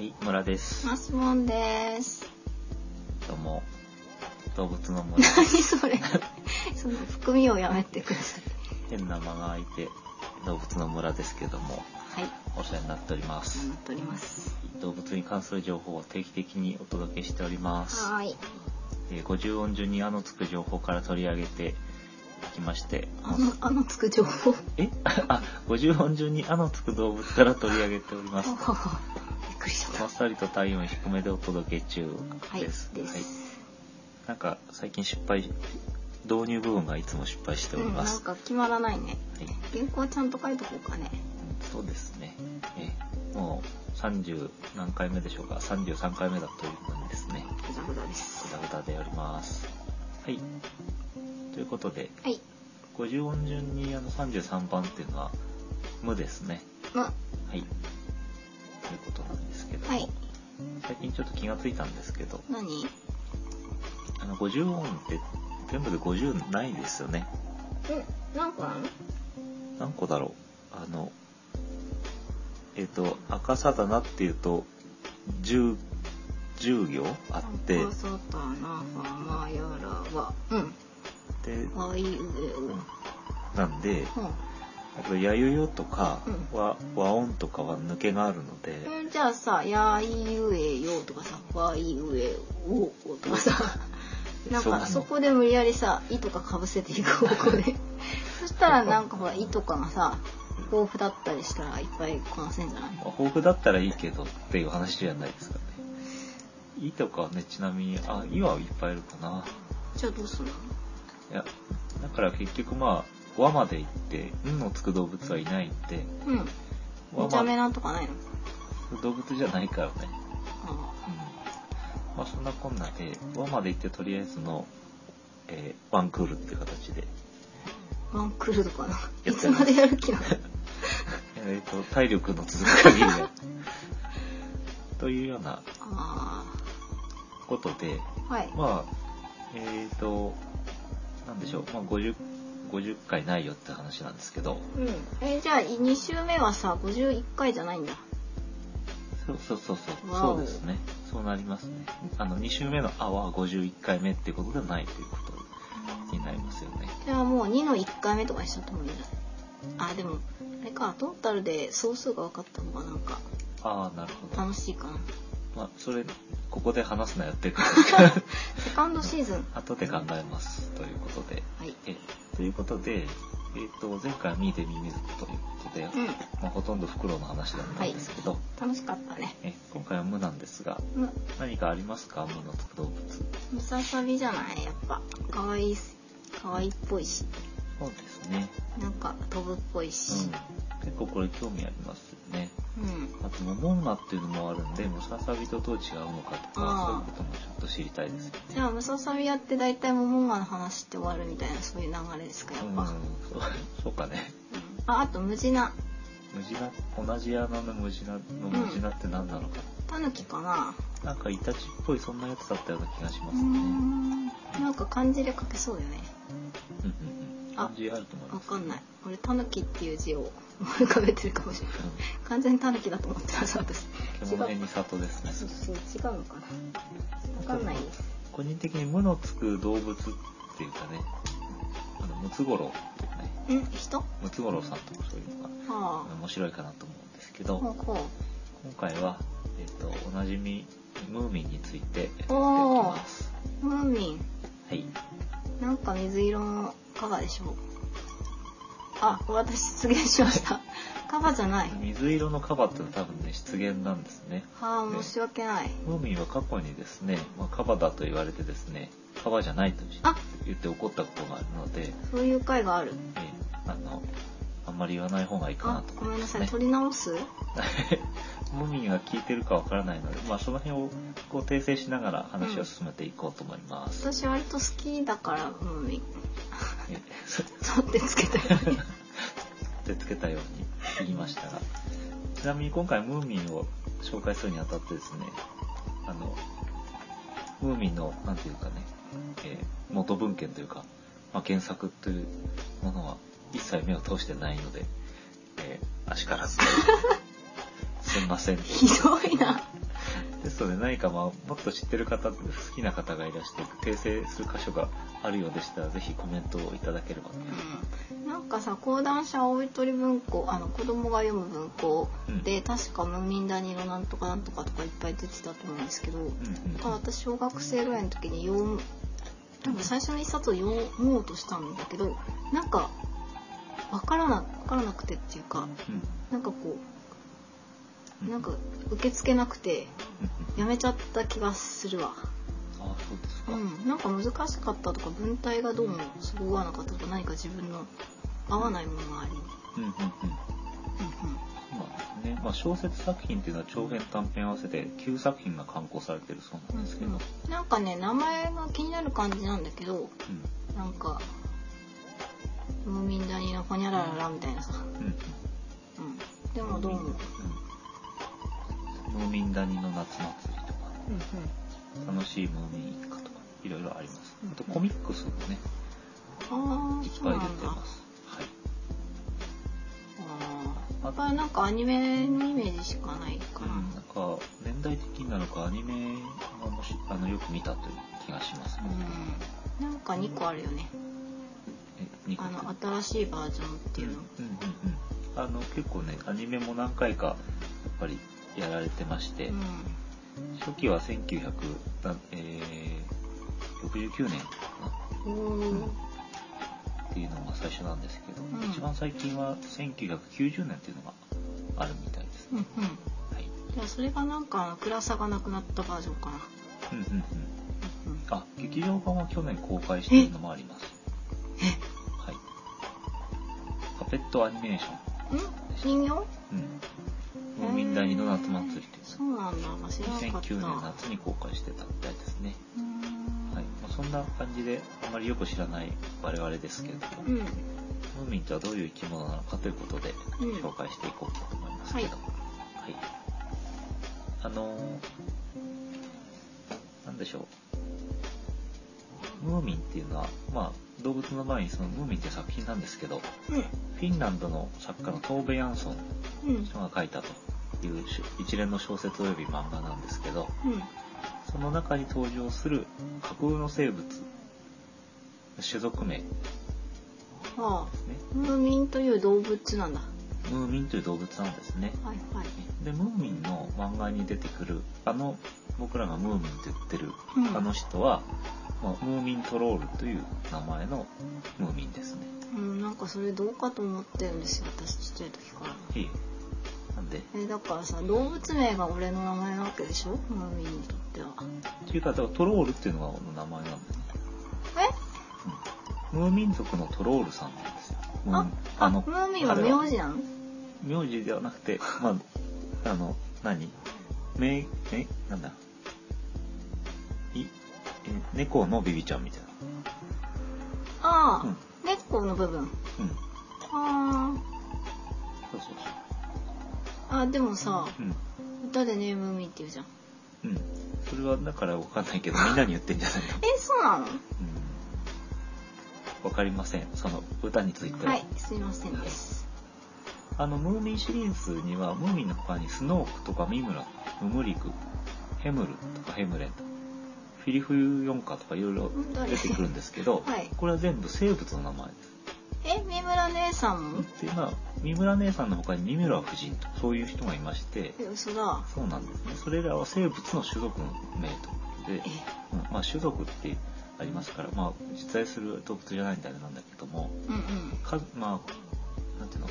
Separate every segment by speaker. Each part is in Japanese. Speaker 1: い、村です。
Speaker 2: マスモンです。
Speaker 1: どうも。動物の 村。
Speaker 2: 何それ。その含みをやめてください。
Speaker 1: 変な間が空いて、動物の村ですけども、
Speaker 2: はい、
Speaker 1: お世話になっておりま
Speaker 2: 頑
Speaker 1: す。
Speaker 2: 張っております。
Speaker 1: 動物に関する情報を定期的にお届けしております。
Speaker 2: はーい。
Speaker 1: えー50音順にあのつく情報から取り上げていきまして、
Speaker 2: あの、あのつく情報。
Speaker 1: え あ、50音順にあのつく動物から取り上げております。
Speaker 2: びっくりしちゃ
Speaker 1: も
Speaker 2: っ
Speaker 1: っさりと体温低めでお届け中
Speaker 2: た。はい、
Speaker 1: で
Speaker 2: ですす。。
Speaker 1: はいなんか最近失敗し、導入部分がいつも失敗してお
Speaker 2: う
Speaker 1: り
Speaker 2: ん、
Speaker 1: ま
Speaker 2: なん
Speaker 1: す。
Speaker 2: か決まらないね。
Speaker 1: はい
Speaker 2: 原稿はちゃんと書いとこうかね。
Speaker 1: そうですね。えもう30何回目でしょうか。33回目だというのにですね、
Speaker 2: ふざふざで
Speaker 1: ぐ
Speaker 2: す。
Speaker 1: だぐだでおります。はい。ということで、
Speaker 2: はい。
Speaker 1: 50音順にあの33番っていうのは無ですね。
Speaker 2: ま、
Speaker 1: はい。ということなんですけども、
Speaker 2: はい
Speaker 1: 最近ちょっと気がついたんですけど、
Speaker 2: 何
Speaker 1: あの50音って全部で50ないですよね。
Speaker 2: うん、なんかあんの
Speaker 1: 何個だろうあのえっ、と赤さだなっていうと 10, 10行あって
Speaker 2: なんかさたなはまやらは。う
Speaker 1: で、
Speaker 2: ん。あいうえお。
Speaker 1: う
Speaker 2: うん
Speaker 1: んなんであと「やゆよ」とかは和音とかは抜けがあるので
Speaker 2: うんじゃあさ「やいうえよ」とかさ「わいうえお」とか さなんか
Speaker 1: そ
Speaker 2: そうこで無理やりさ「い」とかかぶせていく方向 でそしたらなんかほら「い」とかがさ豊富だったりしたらいっぱいこなせんじゃない
Speaker 1: まあ豊富だったらいいけどっていう話じゃないですかね。いとかはねちなみにあ「い」はいっぱいいるかな。
Speaker 2: じゃあどうするの
Speaker 1: いやだから結局まあ「和」まで行って「ん」のつく動物はいないんで
Speaker 2: うん
Speaker 1: 「和
Speaker 2: お茶目なんとかないの
Speaker 1: 動物じゃないからね。
Speaker 2: あ
Speaker 1: うんまあそんなこんなで、和まで行ってとりあえずの、えーワンクールっていう形で、
Speaker 2: ワンクールとかな
Speaker 1: や
Speaker 2: い
Speaker 1: って
Speaker 2: つ
Speaker 1: ます
Speaker 2: までやる気 なの
Speaker 1: えーと、体力の続く限りは というような
Speaker 2: あ
Speaker 1: ことで、
Speaker 2: あはい
Speaker 1: まあ、えっ、と、なんでしょう、まあ50、50回ないよって話なんですけど、
Speaker 2: うんえじゃあ2週目はさ51回じゃないんだ
Speaker 1: そうそうそうそう、
Speaker 2: わ
Speaker 1: そ
Speaker 2: お
Speaker 1: うですね。そうなりますね。あの、2週目のあは51回目っていうことではないということになりますよね。
Speaker 2: じゃあもう2の1回目とかにしちゃったもんね。あ、でも、あれか、トータルで総数が分かったのがなんか
Speaker 1: ああ、なるほど。
Speaker 2: 楽しいかな。
Speaker 1: まあ、それ、ここで話すのやってるから
Speaker 2: セカンドシーズン。
Speaker 1: 後で考えますということで。
Speaker 2: はい。
Speaker 1: えということで、えっ、と、前回は見て見水子ということで、
Speaker 2: うん。
Speaker 1: まあ、ほとんどフクロウの話だったんですけど、
Speaker 2: 楽しかったね。
Speaker 1: え今回は無なんですが、
Speaker 2: む、
Speaker 1: 何かありますか無のつく動物。
Speaker 2: ムササビじゃないやっぱ。可愛いいし、可愛いっぽいし、
Speaker 1: そうですね。
Speaker 2: なんか飛ぶっぽいし。
Speaker 1: うん。結構これ興味ありますよね。
Speaker 2: うん。
Speaker 1: あと、モモンガっていうのもあるんで、ムササビとどう違うのかとか、
Speaker 2: あー
Speaker 1: そういうこともちょっと知りたいですよ
Speaker 2: じ
Speaker 1: ね。
Speaker 2: ゃあ、ムササビやって大体モモンガの話って終わるみたいな、そういう流れですか、やっ
Speaker 1: うん、
Speaker 2: ぱ。
Speaker 1: そ
Speaker 2: うん
Speaker 1: うそうかね。
Speaker 2: あ、あと、ムジナ。
Speaker 1: ムジナ同じ穴のムジナのムジナって何なのか、
Speaker 2: タヌキかな
Speaker 1: なんかイタチっぽいそんなやつだったような気がし
Speaker 2: う
Speaker 1: ま
Speaker 2: ー
Speaker 1: すねうん
Speaker 2: ん。なんか漢字で書けそうよね。
Speaker 1: うんうん
Speaker 2: あ
Speaker 1: 感じあると思い
Speaker 2: わ
Speaker 1: ます
Speaker 2: かんない。俺、タヌキっていう字を 思い浮かべてるかもしれない。完全にタヌキだと思ってました、私。
Speaker 1: うん
Speaker 2: 違
Speaker 1: 獣
Speaker 2: う。
Speaker 1: に里ですね
Speaker 2: そうそう、違うのかな。わかんないです。
Speaker 1: 個人的に無のつく動物っていうかねあのムツゴロウとかね
Speaker 2: ん人は
Speaker 1: ムツゴロウさんとかそういうのが
Speaker 2: あ。
Speaker 1: 面白いかなと思うんですけ
Speaker 2: ほう
Speaker 1: ど
Speaker 2: ほ
Speaker 1: 今回は、えっとおなじみムーミンについてやっていき
Speaker 2: おー
Speaker 1: ます
Speaker 2: う。ムーミ
Speaker 1: はい
Speaker 2: ン、なんか水色のカバでしょう。あ、私失言し ました。カバじゃない。
Speaker 1: 水色のカバっていうのは多分ね出現なんですね
Speaker 2: はあ、申し訳ない。
Speaker 1: ムーミンは過去にですね、まあ、カバだと言われてですねカバじゃないと
Speaker 2: あ、
Speaker 1: 言って怒ったことがあるので、
Speaker 2: そういう回がある。
Speaker 1: えーあのあんまり言わない方がいいかな
Speaker 2: あ
Speaker 1: と、
Speaker 2: ご
Speaker 1: 思
Speaker 2: めん
Speaker 1: ま
Speaker 2: な
Speaker 1: す
Speaker 2: さい。
Speaker 1: ね。
Speaker 2: 取り直す
Speaker 1: ムーミンが聞いてるかわからないので、まあ、その辺をこう訂正しながら話を進めていこうと思います。
Speaker 2: 私割と好きだから、ムーミン。
Speaker 1: えー
Speaker 2: そうってつけたよ ね。
Speaker 1: でつけたように言いましたがちなみに今回ムーミンを紹介するにあたってですねあのムーミンのなんていうかね、えー元文献というか、まあ、原作というも のは一切目を通してないので、えー、足からずすすいません。
Speaker 2: ひどいな。
Speaker 1: ですので何か、まあ、もっと知ってる方、好きな方がいらして、訂正する箇所があるようでしたら、ぜひコメントをいただければ。
Speaker 2: うんなんかさ講談社青い鳥文庫あの子供が読む文庫で、確か「ムーミン谷のなんとかなんとか」とかいっぱい出てたと思うんですけど、
Speaker 1: うんうん
Speaker 2: ただ私小学生ぐらいの時に読む多分最初の一冊を読もうとしたんだけどなんか分からな分からなくてっていうかなんかこ
Speaker 1: う。
Speaker 2: うんなんか
Speaker 1: うん
Speaker 2: 受け付けなくて
Speaker 1: うん
Speaker 2: やめちゃった気がするわ。
Speaker 1: あ、そうですか。
Speaker 2: うん、なんか難しかったとか文体がどうもそぐわなかったとか何か自分の合わないものがあり、
Speaker 1: うんうんうん。まあねまあ、小説作品っていうのは長編短編合わせて9作品が刊行されてるそう
Speaker 2: うんう
Speaker 1: なんですけど、うん
Speaker 2: んうん、なんかね名前が気になる感じなんだけど
Speaker 1: う
Speaker 2: なんか「ムーミン谷のほにゃららら」みたいなさ、
Speaker 1: んうん
Speaker 2: うん、でもどうも、
Speaker 1: ムーミン谷の夏祭りとか
Speaker 2: うんうん、
Speaker 1: 楽しいムーミン一家とかいろいろあります
Speaker 2: うん
Speaker 1: あとコミックスもね
Speaker 2: ああ
Speaker 1: いっ
Speaker 2: そう
Speaker 1: ぱい
Speaker 2: な
Speaker 1: 出
Speaker 2: ん
Speaker 1: て
Speaker 2: だ
Speaker 1: ますはい
Speaker 2: あーやっぱりなんかアニメのイメージしかないか
Speaker 1: う
Speaker 2: ら、
Speaker 1: ん、なんか年代的なのかアニメがもしあのよく見たという気がします、
Speaker 2: うん、なんか2個あるよね
Speaker 1: えニコ
Speaker 2: あ
Speaker 1: って
Speaker 2: の新しいバージョンっていうの
Speaker 1: うんうんうんあの結構ねアニメも何回かやっぱりやられてまして、
Speaker 2: うん
Speaker 1: 初期は1900だ、えー、69年か
Speaker 2: おー
Speaker 1: なっていうのが最初なんですけど、
Speaker 2: ん
Speaker 1: 一番最近は1990年っていうのがあるみたいです
Speaker 2: うんう
Speaker 1: ね
Speaker 2: ん。
Speaker 1: はい。
Speaker 2: じゃあそれがなんか暗さがなくなったバージョンかな。
Speaker 1: うんうんうん。
Speaker 2: うんうん、
Speaker 1: あ、劇場版は去年公開しているのもあります。
Speaker 2: え、
Speaker 1: はい。パペットアニメーシ
Speaker 2: ん？人形？
Speaker 1: ョン。うん。ムーミン谷の夏祭りって
Speaker 2: へーそうなんだ。忘れなかった。
Speaker 1: 2009年夏に公開してたみたいですね。
Speaker 2: うーん
Speaker 1: はい。まあ、そんな感じで、あまりよく知らない我々ですけれども、
Speaker 2: うん。
Speaker 1: ムーミンとはどういう生き物なのかということで
Speaker 2: うん
Speaker 1: 紹介していこうと思いますけど、
Speaker 2: は
Speaker 1: はい、あのーなんでしょうムーミンっていうのは、まあ、動物の場合にそのムーミンっていう作品なんですけどフィンランドの作家のトーベ・ヤンソン
Speaker 2: うん。うん
Speaker 1: 人が書いたというし一連の小説及び漫画なんですけど
Speaker 2: うん。
Speaker 1: その中に登場する架空の生物種族名で
Speaker 2: ああ。
Speaker 1: すね
Speaker 2: ムーミンという動物なんだ。
Speaker 1: ムーミンという動物なんですね
Speaker 2: はいはい。
Speaker 1: でムーミンの漫画に出てくるあの僕らがムーミンって言ってる、
Speaker 2: うん
Speaker 1: あの人は、まあムーミントロールという名前のムーミンですね。
Speaker 2: うん、なんかそれどうかと思ってるんですよ。私ちっちゃい時から。
Speaker 1: いいなんで
Speaker 2: えだからさ動物名が俺の名前なわけでしょムーミンにとっては
Speaker 1: というかだからトロールっていうのが俺の名前なんだよね、
Speaker 2: え
Speaker 1: うんムーミン族のトロールさんなんですよ。ムー
Speaker 2: あ
Speaker 1: ミン
Speaker 2: あムーミンは
Speaker 1: 彼
Speaker 2: 名字なの
Speaker 1: 名字ではなく て、まあ、あの、何め、め、なんだい、え、猫のビビちゃんみたいな。
Speaker 2: ああ、
Speaker 1: うん
Speaker 2: 猫の部分
Speaker 1: うん。
Speaker 2: あ
Speaker 1: そうそう
Speaker 2: ああでもさ
Speaker 1: そう。うん。
Speaker 2: 歌でネームミーって言うじゃん
Speaker 1: うん。それはだからわかんない けど、みんなに言ってんじゃないの
Speaker 2: えそうなの
Speaker 1: うん。わかりません。その歌については。
Speaker 2: はいすいませんです
Speaker 1: あの、ムーミンシリーズには、ムーミンの他にスノークとかミムラ、ムムリク、ヘムルとかヘムレンとか、フィリフユヨンカとかいろいろ出てくるんですけど、
Speaker 2: はい
Speaker 1: これは全部生物の名前です。
Speaker 2: え三村姉さんも
Speaker 1: っていうのは、三村姉さんの他に三村夫人とかそういう人がいまして、
Speaker 2: え嘘だ
Speaker 1: そうなんですね。それらは生物の種族の名ということで
Speaker 2: え、
Speaker 1: うんまあ種族ってありますから、まあ実在する動物じゃないんであれなんだけども、
Speaker 2: うんうん
Speaker 1: かまあ、なんていうの、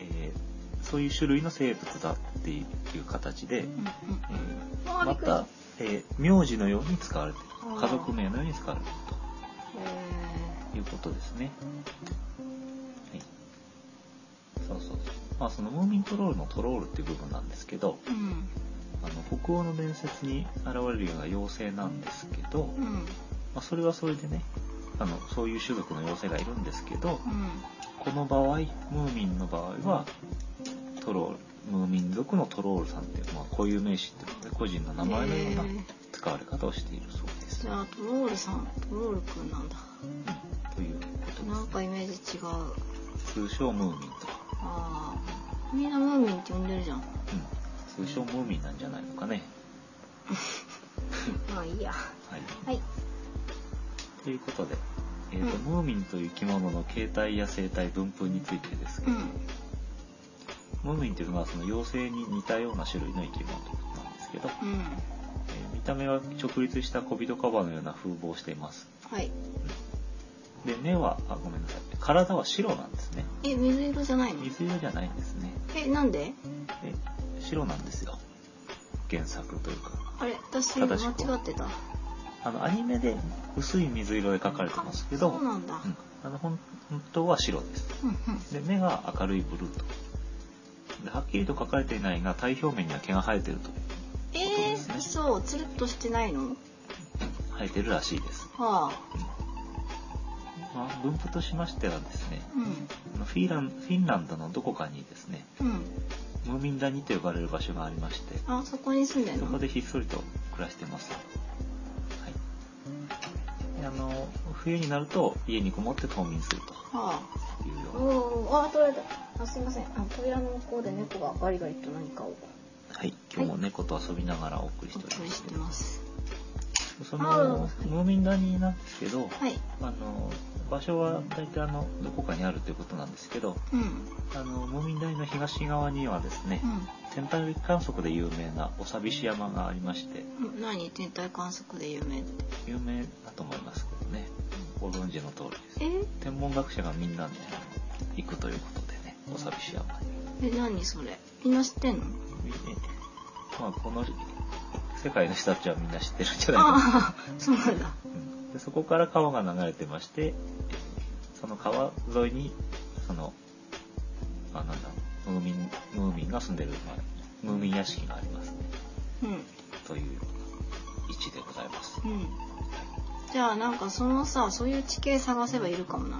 Speaker 1: えーそういう種類の生物だっていう形で、
Speaker 2: うんう
Speaker 1: え
Speaker 2: ん
Speaker 1: ー
Speaker 2: あーび
Speaker 1: ま
Speaker 2: っくりした
Speaker 1: た、えー名字のように使われて
Speaker 2: あ
Speaker 1: る。
Speaker 2: ー
Speaker 1: 家族名のように使われてる
Speaker 2: え
Speaker 1: ということですね。はい。そうそうそう。まあそのムーミントロールのトロールっていう部分なんですけど、
Speaker 2: ーうん
Speaker 1: あの北欧の伝説に現れるような妖精なんですけど、
Speaker 2: うんうん
Speaker 1: まあ、それはそれでねあのそういう種族の妖精がいるんですけどこの場合ムーミンの場合はトロールムーミン族のトロールさんっていう、まあ、固有名詞ってことで個人の名前のような
Speaker 2: へー
Speaker 1: 使われ方をしているそうです。
Speaker 2: じゃあトロールさんトロールくんなんだ
Speaker 1: うんということ
Speaker 2: なん
Speaker 1: です、
Speaker 2: か
Speaker 1: ね、
Speaker 2: イメージ違う
Speaker 1: 通称ムーミンとか
Speaker 2: ああみんなムーミンって呼んでるじゃん
Speaker 1: うん、通称ムーミンなんじゃないのかね。
Speaker 2: まあいいや
Speaker 1: はい。
Speaker 2: はい
Speaker 1: ということで、えーと
Speaker 2: うん
Speaker 1: ムーミンという生き物の形態や生態分布についてですけ
Speaker 2: う
Speaker 1: ど、
Speaker 2: ん
Speaker 1: ムーミンというのはその妖精に似たような種類の生き物なんですけど、
Speaker 2: うん
Speaker 1: えー見た目は直立した小人カバのような風貌をしています。
Speaker 2: はい
Speaker 1: で目はあごめんなさい体は白なんですね
Speaker 2: え水色じゃないの
Speaker 1: 水色じゃないんですね
Speaker 2: えなんで
Speaker 1: で白なんですよ原作というか
Speaker 2: あれ私間
Speaker 1: 正し
Speaker 2: 違
Speaker 1: く
Speaker 2: ってた
Speaker 1: あのアニメで薄い水色で描かれてますけど
Speaker 2: そうなんだ
Speaker 1: うんあの本本当は白です
Speaker 2: うんうん
Speaker 1: で目が明るいブルーとではっきりと描かれていないが体表面には毛が生えてると
Speaker 2: えー、そうつるっとしてないの
Speaker 1: 生えてるらしいです、
Speaker 2: はあ
Speaker 1: うんまあ、分布としましてはですね
Speaker 2: うん
Speaker 1: あのフィーランフィンランドのどこかにですね
Speaker 2: うん
Speaker 1: ムーミン谷と呼ばれる場所がありまして
Speaker 2: あそこに住んでん
Speaker 1: そ
Speaker 2: の
Speaker 1: こでひっそりと暮らしてます。はい。であの、冬になると家にこもって冬眠する
Speaker 2: はあ
Speaker 1: というよう
Speaker 2: お
Speaker 1: な。
Speaker 2: おあ取れたあすいませんあの扉の向こうで猫がガリガリと何かを
Speaker 1: はい。今日も猫と遊びながらお送りし
Speaker 2: お
Speaker 1: ており
Speaker 2: 送
Speaker 1: ま
Speaker 2: り
Speaker 1: す
Speaker 2: し
Speaker 1: け
Speaker 2: て
Speaker 1: ど。
Speaker 2: ます
Speaker 1: そ
Speaker 2: あ
Speaker 1: の、ムーミン谷なんですけど、
Speaker 2: はい
Speaker 1: あの、場所は大体あの、どこかにあるということなんですけど、
Speaker 2: うんうん
Speaker 1: あの、ムーミン谷の東側にはですね、天体観測で有名なお寂し山がありまして、
Speaker 2: うん何天体観測で有名って
Speaker 1: 有名だと思いますけどね、ご存知の通りです。
Speaker 2: え
Speaker 1: 天文学者がみんなで行くということでねお寂しい山に
Speaker 2: え何それみんな知ってんの
Speaker 1: えまあこの世界の人たちはみんな知ってるんじゃないかな、
Speaker 2: ああそうなんだ
Speaker 1: うんでそこから川が流れてましてその川沿いにそのまあなんだムーミンムーミンが住んでる、まあ、ムーミン屋敷がありますね
Speaker 2: うん
Speaker 1: という位置でございます
Speaker 2: うんじゃあなんかそのさそういう地形探せばいるかもな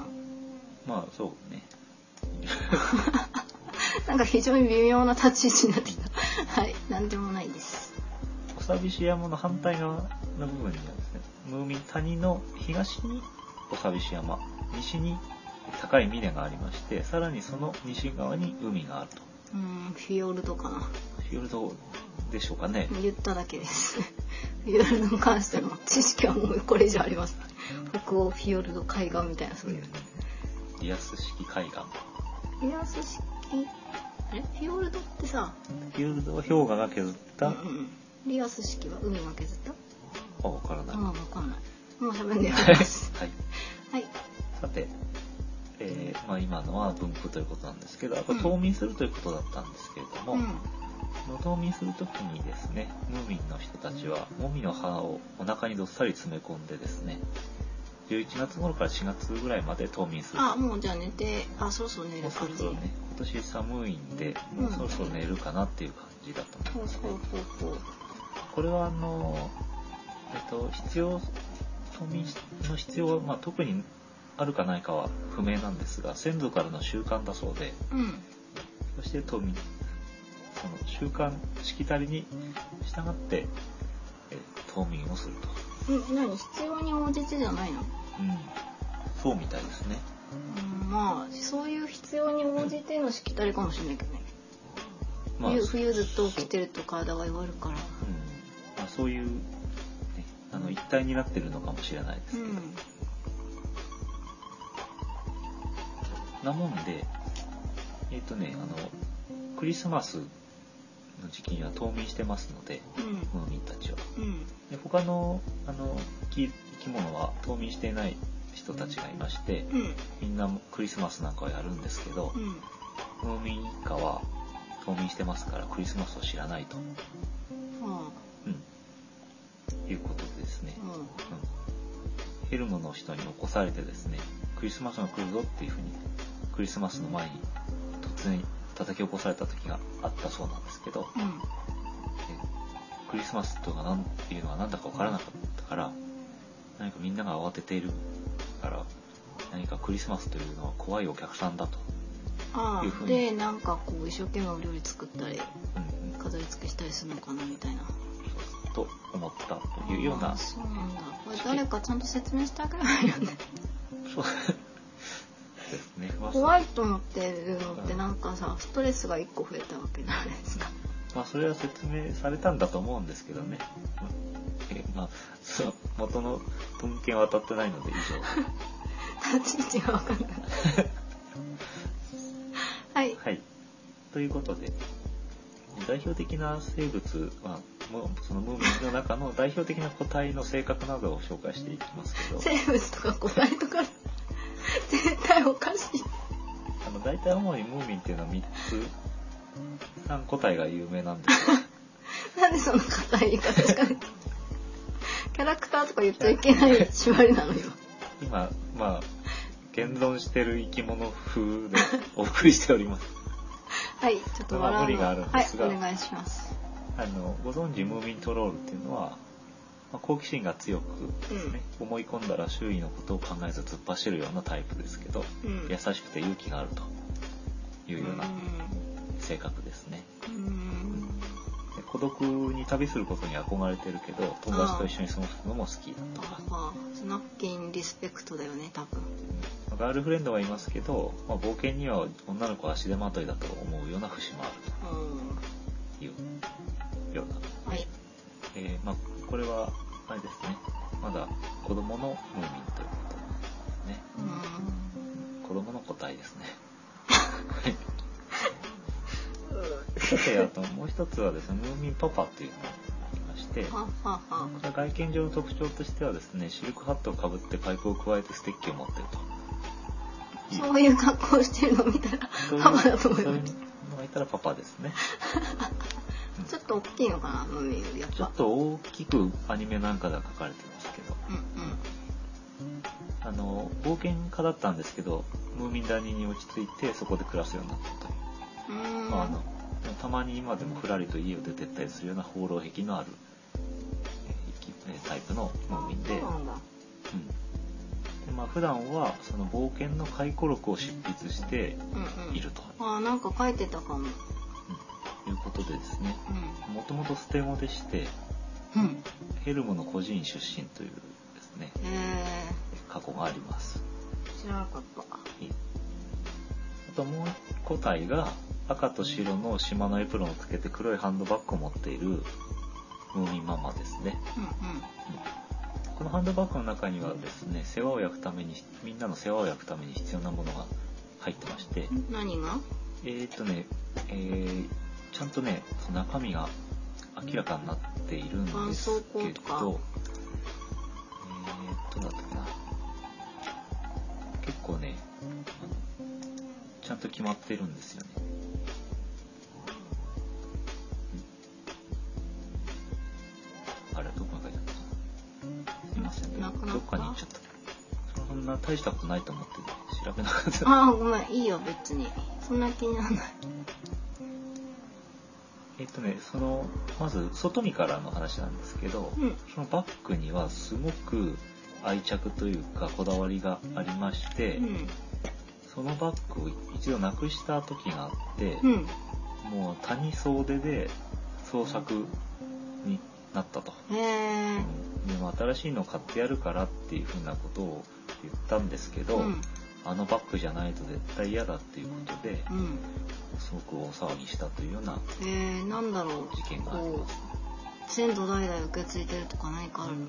Speaker 1: まあそうね
Speaker 2: なんか非常に微妙な立ち位置になってきた はいなんでもないです
Speaker 1: お寂しい山の反対側の部分にはですね、ムーミン谷の東にお寂しい山、西に高い峰がありまして、さらにその西側に海があると。
Speaker 2: うんフィヨルドかな
Speaker 1: フィヨルドでしょうかね。
Speaker 2: 言っただけです。 フィヨルドに関しての知識はもうこれ以上あります。北欧フィヨルド海岸みたいなそういう。
Speaker 1: リアス式海岸。
Speaker 2: リアス式えフィヨルドってさ、
Speaker 1: フィヨルドは氷河が削っ
Speaker 2: う
Speaker 1: た、
Speaker 2: んうん、リアス式は海が削った？
Speaker 1: あ、わからない。
Speaker 2: ああわかんない。もう喋んでや
Speaker 1: は
Speaker 2: り
Speaker 1: い
Speaker 2: ます。。 はい。
Speaker 1: さて、えーまあ今のは分布ということなんですけど、あと
Speaker 2: うん
Speaker 1: 冬眠するということだったんですけれども、
Speaker 2: うん
Speaker 1: の冬眠するときにですねムーミンの人たちはモミの葉をお腹にどっさり詰め込んでですね11月頃から4月ぐらいまで冬眠する
Speaker 2: あもうじゃあ寝てあそろそろ寝
Speaker 1: も
Speaker 2: る
Speaker 1: うそ
Speaker 2: 感
Speaker 1: ろ
Speaker 2: じ。
Speaker 1: そ
Speaker 2: ほ
Speaker 1: ろね今年寒いんでもうそろそろ寝るかなっていう感じだと思いうます、
Speaker 2: ほうほうほう。
Speaker 1: これはあのえっと必要冬眠の必要は、まあ、特にあるかないかは不明なんですが先祖からの習慣だそうで
Speaker 2: うん
Speaker 1: そして冬眠。その習慣、しきたりに従って、えー冬眠をすると。
Speaker 2: うん何必要に応じてじゃないの？
Speaker 1: うん。そうみたいですね。
Speaker 2: うんまあそういう必要に応じてのしきたりかもしれないけどね。
Speaker 1: まあ、
Speaker 2: 冬
Speaker 1: そう
Speaker 2: 冬ずっと起きてると体が弱るから
Speaker 1: うん。まあ、そういう、ね、あの、一体になってるのかもしれないです
Speaker 2: う
Speaker 1: けど。
Speaker 2: ん
Speaker 1: なもんで、えっ、とね、あの、クリスマスの時期には冬眠してますので、ムーミンたちは。
Speaker 2: うんうん
Speaker 1: で他の、あの、生き生き物は冬眠していない人たちがいまして、
Speaker 2: うん
Speaker 1: みんなクリスマスなんかはやるんですけど
Speaker 2: う、ん
Speaker 1: ムーミン一家は冬眠してますからクリスマスを知らないと、
Speaker 2: あ
Speaker 1: うん、いうことでですね
Speaker 2: あ、うん
Speaker 1: うん、ヘルムの人に起こされてですねクリスマスが来るぞっていうふうにクリスマスの前に突然叩き起こされた時があったそうなんですけど
Speaker 2: うん
Speaker 1: えクリスマスとかなんていうのは何だか分からなかったから何かみんなが慌てているから何かクリスマスというのは怖いお客さんだと、
Speaker 2: あ
Speaker 1: いうふ
Speaker 2: あ
Speaker 1: うに
Speaker 2: でなんかこう一生懸命お料理作ったり
Speaker 1: うんうん、
Speaker 2: 飾り付けしたりするのかなみたいな
Speaker 1: そうと思ったというよう
Speaker 2: あ
Speaker 1: な
Speaker 2: あそうなんだこれ誰かちゃんと説明してあげればいいよね
Speaker 1: そうですね。まあ
Speaker 2: ホワイトのっていうのってなんかさストレスが1個増えたわけじゃないですか。
Speaker 1: まあそれは説明されたんだと思うんですけどね。うんえまあ、 そう元の文献は当たってないので以
Speaker 2: 立ち位置が分かんない。はい
Speaker 1: 上。。はい。ということで、代表的な生物は、もうそのムーミンの中の代表的な個体の性格などを紹介していきますけど、
Speaker 2: 生物とか個体とか絶対おかしい。
Speaker 1: あの大体主にムーミンっていうのは3つ、3個体が有名なんですよ
Speaker 2: なんでその硬い言い方しかない。キャラクターとか言っちゃいけない縛りなのよ。
Speaker 1: 今、まあ、現存してる生き物風でお送りしております。
Speaker 2: はい、ちょっと笑うの。
Speaker 1: まあ無理があるんですが
Speaker 2: はい、お願いします。
Speaker 1: あのご存知ムーミントロールっていうのは、まあ好奇心が強くですね、思い込んだら周囲のことを考えず突っ走るようなタイプですけど、
Speaker 2: うん。
Speaker 1: 優しくて勇気があるというような性格ですね、
Speaker 2: うんうん
Speaker 1: で孤独に旅することに憧れてるけど友達と一緒に過ごすのも好きだと
Speaker 2: だ
Speaker 1: か
Speaker 2: からスナッキンリスペクトだよね、多分。
Speaker 1: まあガールフレンドはいますけど、まあ、冒険には女の子は足手まといだと思うような節もある
Speaker 2: う
Speaker 1: というような、
Speaker 2: ん。はい。
Speaker 1: えーまあ、これはあれですねまだ子供のムーミンということですね
Speaker 2: うん。
Speaker 1: 子供の答えですね。さて、あともう一つはですね、ムーミンパパっていうのがありまして、こ
Speaker 2: ははは。
Speaker 1: れは外見上の特徴としてはですね、シルクハットをかぶってパイプを加えてステッキを持ってると。
Speaker 2: そういう格好してるの見たら、パパだと思い
Speaker 1: そういう
Speaker 2: まし
Speaker 1: のがいたらパパですね。
Speaker 2: た。ちょっと大きいのかな、ムーミンよりやっ
Speaker 1: ちょ
Speaker 2: ぱ
Speaker 1: っ。と大きくアニメなんかでは書かれてますけど、
Speaker 2: うんう
Speaker 1: あ
Speaker 2: ん。
Speaker 1: の、冒険家だったんですけど、ムーミン谷に落ち着いてそこで暮らすようになったという。
Speaker 2: うーん。
Speaker 1: まあ、あのたまに今でもふらりと家を出てったりするような放浪癖のあるえー生きえータイプのムーミンで,、うん
Speaker 2: そうなんだ。
Speaker 1: でまあ、普段はその冒険の回顧録を執筆して
Speaker 2: うんうん。
Speaker 1: いると、
Speaker 2: あーなんか書いてたかも。
Speaker 1: うんいうことでですね
Speaker 2: う
Speaker 1: もともとステモでして
Speaker 2: ん。うん。
Speaker 1: ヘルムの孤児院出身というですね
Speaker 2: え
Speaker 1: 過去があります
Speaker 2: ー、知らなかった。
Speaker 1: はいあともう一個体が赤と白の島のエプロンをつけて黒いハンドバッグを持っているムーミンママですね
Speaker 2: うん
Speaker 1: このハンドバッグの中にはですね世話を焼くためにみんなの世話を焼くために必要なものが入ってまして
Speaker 2: うん。何が
Speaker 1: えーっとね、えーちゃんとねその中身が明らかになっているん
Speaker 2: 絆
Speaker 1: です
Speaker 2: 創
Speaker 1: けどえ
Speaker 2: 膏
Speaker 1: ー
Speaker 2: と
Speaker 1: っ
Speaker 2: か
Speaker 1: とどうだったかな結構ねあのちゃんと決まってるんですよねうんあれどこに書いてあったかなすいません
Speaker 2: なくなった
Speaker 1: どっかに行っちゃったそんな大したことないと思って、調べなかった
Speaker 2: ああ、ごめん。いいよ、別に。そんな気にならない。
Speaker 1: えっとね、その、まず、外見からの話なんですけど、
Speaker 2: うん。
Speaker 1: そのバッグにはすごく愛着というか、こだわりがありまして、
Speaker 2: うん。
Speaker 1: そのバッグを一度なくした時があって、
Speaker 2: うん。
Speaker 1: もう谷総出で創作になったと。
Speaker 2: えー。
Speaker 1: でも新しいの買ってやるからっていうふうなことを言ったんですけど、
Speaker 2: うん。
Speaker 1: あのバッグじゃないと絶対嫌だっていうことで、
Speaker 2: うん。
Speaker 1: すごく大騒ぎしたというような
Speaker 2: えー、なんだろう。
Speaker 1: 事件があります。
Speaker 2: 先祖代々受け継いでるとか何かあるの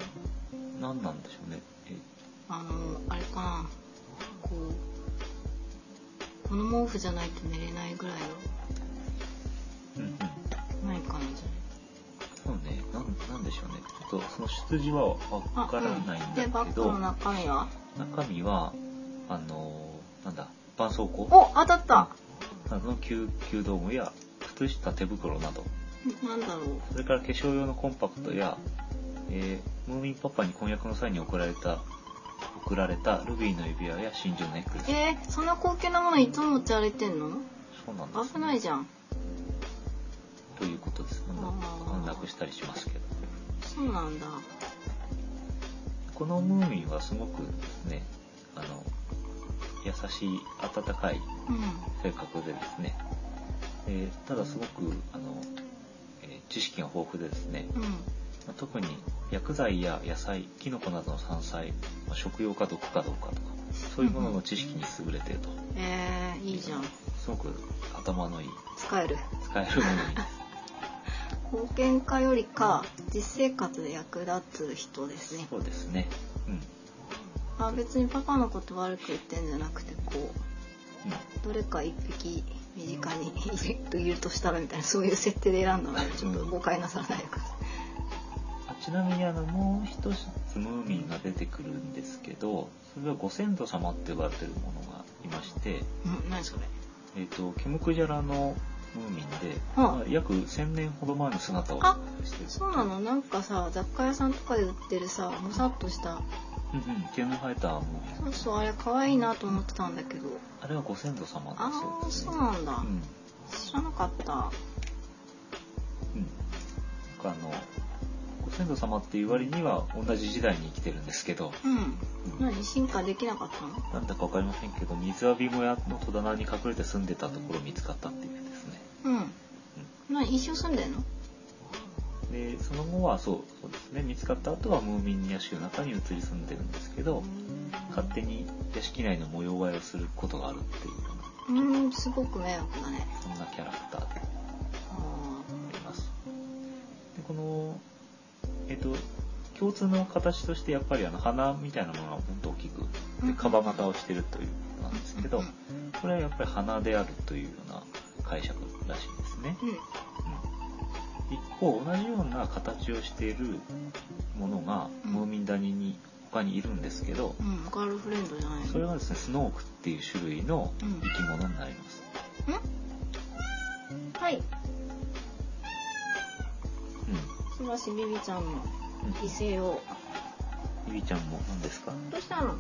Speaker 1: 何なんでしょうね。え
Speaker 2: あの、あれかな。こう、この毛布じゃないと寝れないぐらい
Speaker 1: うんうん、
Speaker 2: の、ないかなじゃない
Speaker 1: そうね、なん、なんでしょうね。ちょっと、その出自はわからないん
Speaker 2: で
Speaker 1: だ
Speaker 2: バ
Speaker 1: け
Speaker 2: ッグ
Speaker 1: ど、
Speaker 2: の中身は
Speaker 1: 中身は、あのーなんだ、絆創膏
Speaker 2: お当たった、
Speaker 1: などの旧、旧道具や、靴下、手袋など、
Speaker 2: なんだろう
Speaker 1: それから化粧用のコンパクトや、えームーミンパパに婚約の際に贈られた、贈られたルビーの指輪や真珠のネックレス。
Speaker 2: えー、そんな高級なものいつも持ち歩いてんの
Speaker 1: そうなんです、
Speaker 2: 危ないじゃん
Speaker 1: ということです。な
Speaker 2: あー
Speaker 1: んだなくしたりしますけど。
Speaker 2: そうなんだ
Speaker 1: このムーミンはすごくですね、あの、優しい、温かい
Speaker 2: うん
Speaker 1: 性格でですね、えーただすごく、あの、えー知識が豊富でですね、
Speaker 2: うん
Speaker 1: まあ特に薬剤や野菜、キノコなどの山菜、まあ食用か毒かどうかとか、そういうものの知識に優れてると、
Speaker 2: えー、いいじゃん
Speaker 1: すごく頭のいい
Speaker 2: 使える
Speaker 1: 使えるもの に
Speaker 2: 貢献家よりか実生活で役立つ人ですね
Speaker 1: そうですねうん、うん、
Speaker 2: あ別にパパのこと悪く言ってんじゃなくてこうどれか一匹身近にいるとしたらみたいなそういう設定で選んだのでちょっと誤解なさらないでください
Speaker 1: あちなみにあのもう一つムーミンが出てくるんですけどそれはご先祖様って呼ばれてるものがいまして、
Speaker 2: うん何それ
Speaker 1: えっとケムクジャラのムーミンで、
Speaker 2: はあ
Speaker 1: まあ約1,000年ほど前の姿を
Speaker 2: あ
Speaker 1: してる
Speaker 2: そうなのなんかさ雑貨屋さんとかで売ってるさもさっとした
Speaker 1: うんうん毛の生えたムーミン
Speaker 2: そうそうあれ可愛いなと思ってたんだけど
Speaker 1: あれはご先祖様だ
Speaker 2: あ
Speaker 1: そう
Speaker 2: あ
Speaker 1: です
Speaker 2: そ
Speaker 1: ね
Speaker 2: うなんだ
Speaker 1: うん
Speaker 2: 知らなかっ
Speaker 1: う
Speaker 2: た
Speaker 1: んなんかあのご先祖様っていう割には同じ時代に生きてるんですけど、
Speaker 2: うん
Speaker 1: うん
Speaker 2: 何進化できなかったの
Speaker 1: なんだかわかりませんけど水浴び小屋の戸棚に隠れて住んでたところ見つかったっていうですね
Speaker 2: うん何一生住んでんの
Speaker 1: でその後はそうそうですね見つかった後はムーミン屋敷の中に移り住んでるんですけど勝手に屋敷内の模様替えをすることがあるっていうような
Speaker 2: うんすごく迷惑だね
Speaker 1: そんなキャラクターで
Speaker 2: あ
Speaker 1: ありますでこのえっ、と共通の形としてやっぱりあの花みたいなものが本当大きく
Speaker 2: ー
Speaker 1: でカバ型をしてるということなんですけ
Speaker 2: う
Speaker 1: ど
Speaker 2: ん
Speaker 1: これはやっぱり花であるというような解釈らしいですね
Speaker 2: うん
Speaker 1: 一方同じような形をしているものが
Speaker 2: うん
Speaker 1: ムーミンダニに他にいるんですけど
Speaker 2: うんガールフレンドじゃないの
Speaker 1: それはですねスノークっていう種類の
Speaker 2: うん
Speaker 1: 生き物になります、
Speaker 2: はい
Speaker 1: うん
Speaker 2: しばしビビちゃんの
Speaker 1: うん
Speaker 2: 威勢を
Speaker 1: ゆいちゃんも何ですか
Speaker 2: どうしたの